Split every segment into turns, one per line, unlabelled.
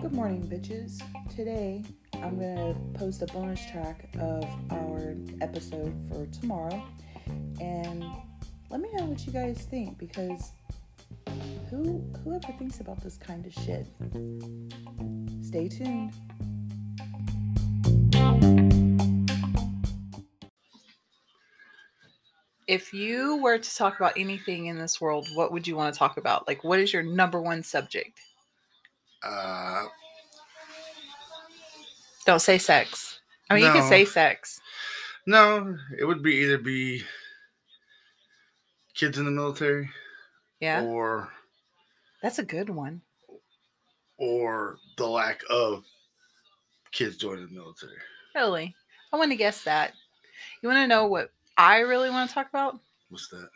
Good morning, bitches. Today, I'm going to post a bonus track of our episode for tomorrow. And let me know what you guys think because who whoever thinks about this kind of shit. Stay tuned. If you were to talk about anything in this world, what would you want to talk about? Like what is your number one subject?
Uh,
Don't say sex. I mean, you can
No.
say sex.
no, it would be either be kids in the military
Yeah.
or
That's a good one.
or the lack of kids joining the military.
Really? I want to guess that. You want to know what I really want to talk about?
What's that?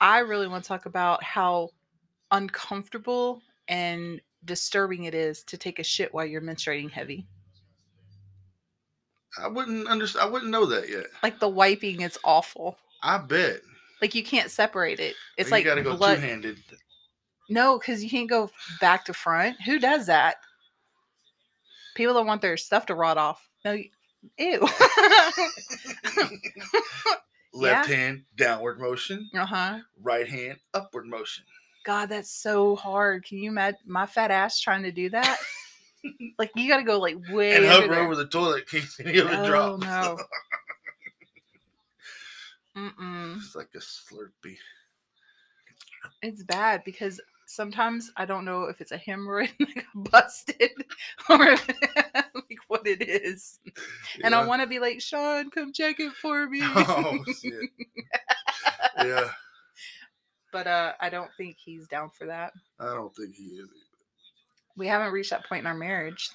I really want to talk about how uncomfortable and disturbing it is to take a shit while you're menstruating heavy.
I wouldn't understand. I wouldn't know that yet.
Like the wiping, it's awful.
I bet
Like you can't separate it. It's
you
like
gotta go
blood.
two-handed.
No, because you can't go back to front. Who does that? People don't want their stuff to rot off. No, you- ew.
Left hand downward motion,
uh huh.
right hand upward motion.
God, that's so hard. Can you imagine my fat ass trying to do that? like you got to go like way
and
under
hover
there.
over the toilet in case any of it
No,
drops.
no. Mm-mm.
it's like a slurpee.
It's bad because sometimes I don't know if it's a hemorrhoid that got busted or if- like what it is.
you
And I
know?
want to be like, Sean, come check it for me.
Oh shit. yeah,
but uh, I don't think he's down for that.
I don't think he is.
We haven't reached that point in our marriage.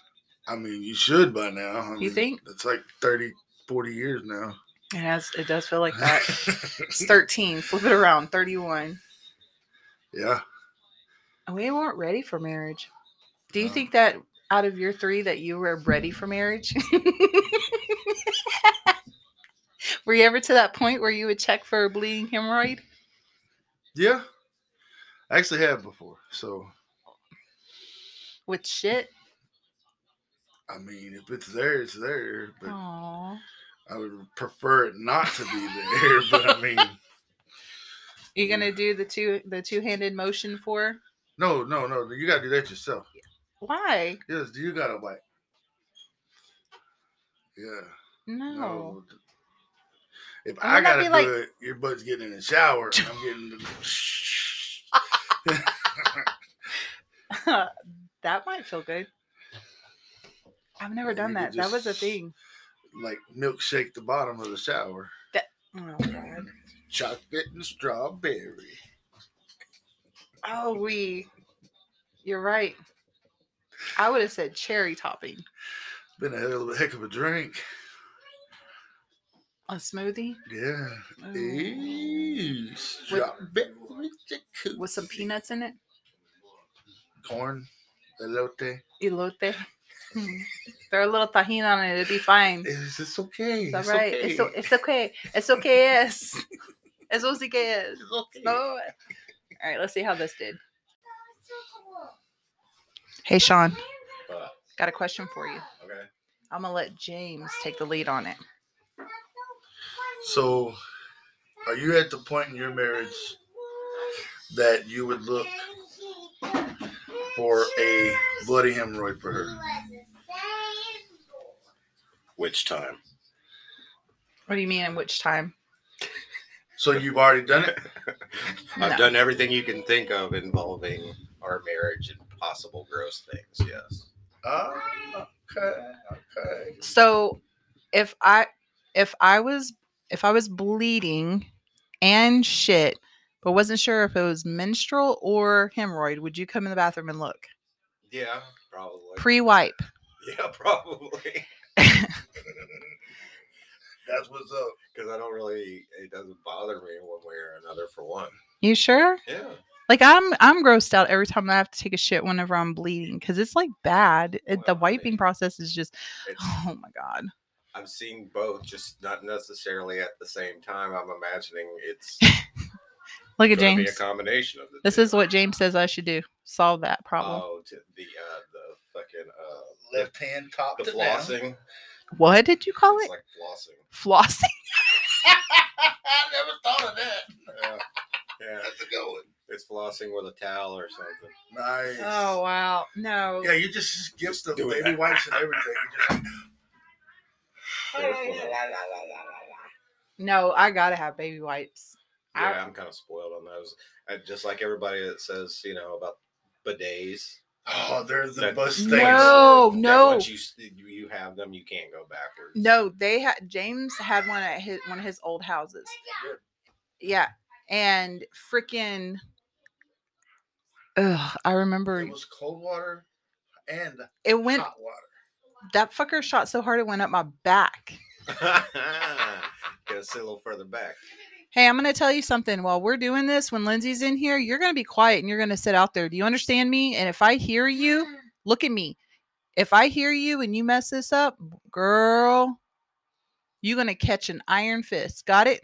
I mean, you should by now. I mean,
think?
It's like 30, 40 years now.
It has. It does feel like that. it's 13. Flip it around. 31.
yeah.
We weren't ready for marriage. Do you
No.
think that out of your three that you were ready for marriage? were you ever to that point where you would check for a bleeding hemorrhoid?
Yeah. I actually have before. So,
With shit?
I mean, if it's there, it's there. But
Oh. Aww.
I would prefer it not to be there. but I mean,
You
Yeah.
gonna do the two the two handed motion for?
no, no, no. You got to do that yourself.
Why?
Yes, you got to like. Yeah.
No.
No. If
I
I
would not
gotta
be
do
like-
it, your butt's getting in the shower. and I'm getting. The...
that might feel good. I've never
You
done
could
that. That was a
just-
thing.
like milkshake the bottom of the shower.
Oh, God.
Chocolate and strawberry.
Oh, we. You're right. I would have said cherry topping.
Been a hell of a heck of a drink.
A smoothie
Yeah.
Ooh. Mm.
Eee, strawberry jacuzzi.
with some peanuts in it.
corn, elote.
Elote. Mm. Throw a little tahini on it. It'd be fine.
It's, it's okay.
It's all right. It's, o- it's okay. It's okay. Yes. It's okay. Yes.
It's okay.
Oh. All right. Let's see how this did. Hey, Sean.
Uh,
Got a question for you.
okay.
I'm going to let James take the lead on it.
So, are you at the point in your marriage that you would look for a bloody hemorrhoid for her? Which time?
What do you mean, in which time?
So you've already done it.
I've
No.
done everything you can think of involving our marriage and possible gross things. Yes.
Oh, okay, okay.
so if i if i was if i was bleeding and shit but wasn't sure if it was menstrual or hemorrhoid would you come in the bathroom and look
Yeah, probably.
pre-wipe
yeah, probably.
That's what's up.
Because I don't really, it doesn't bother me one way or another. For one.
you sure
Yeah.
like i'm i'm grossed out every time i have to take a shit whenever i'm bleeding because it's like bad It- the
Well, I
wiping
mean,
process is just
It's,
oh my god
I've seen both, just not necessarily at the same time. I'm imagining it's
Look at
Could be
James.
a combination of the
This
two.
is what James says I should do. Solve that problem.
Oh, to the uh, the fucking uh,
Left hand top
the
to down.
flossing.
what did you call
It's
it?
like flossing.
Flossing.
I never thought of that.
Yeah, yeah,
That's a good one.
it's flossing with a towel or something.
Nice.
Oh wow. No.
Yeah, you just skip the
do it.
baby wipes and everything. You
Careful.
just
No, I gotta have baby wipes. I-
Yeah, I'm kind of spoiled on those. I, just like everybody that says, you know, about bidets.
Oh, there's the
That-
bus
No.
station.
No,
that
no.
Once you s- you have them, you can't go backwards.
No, they had James had one at his one of his old houses.
Yeah.
Yeah, and freaking. Ugh, I remember
It was cold water and
it went.
hot water.
That fucker shot so hard it went up my back.
Gotta sit a little further back.
Hey, I'm gonna tell you something. While we're doing this, when Lindsay's in here, you're gonna be quiet and you're gonna sit out there. Do you understand me? And if I hear you, look at me. If I hear you and you mess this up, girl, you're gonna catch an iron fist. Got it?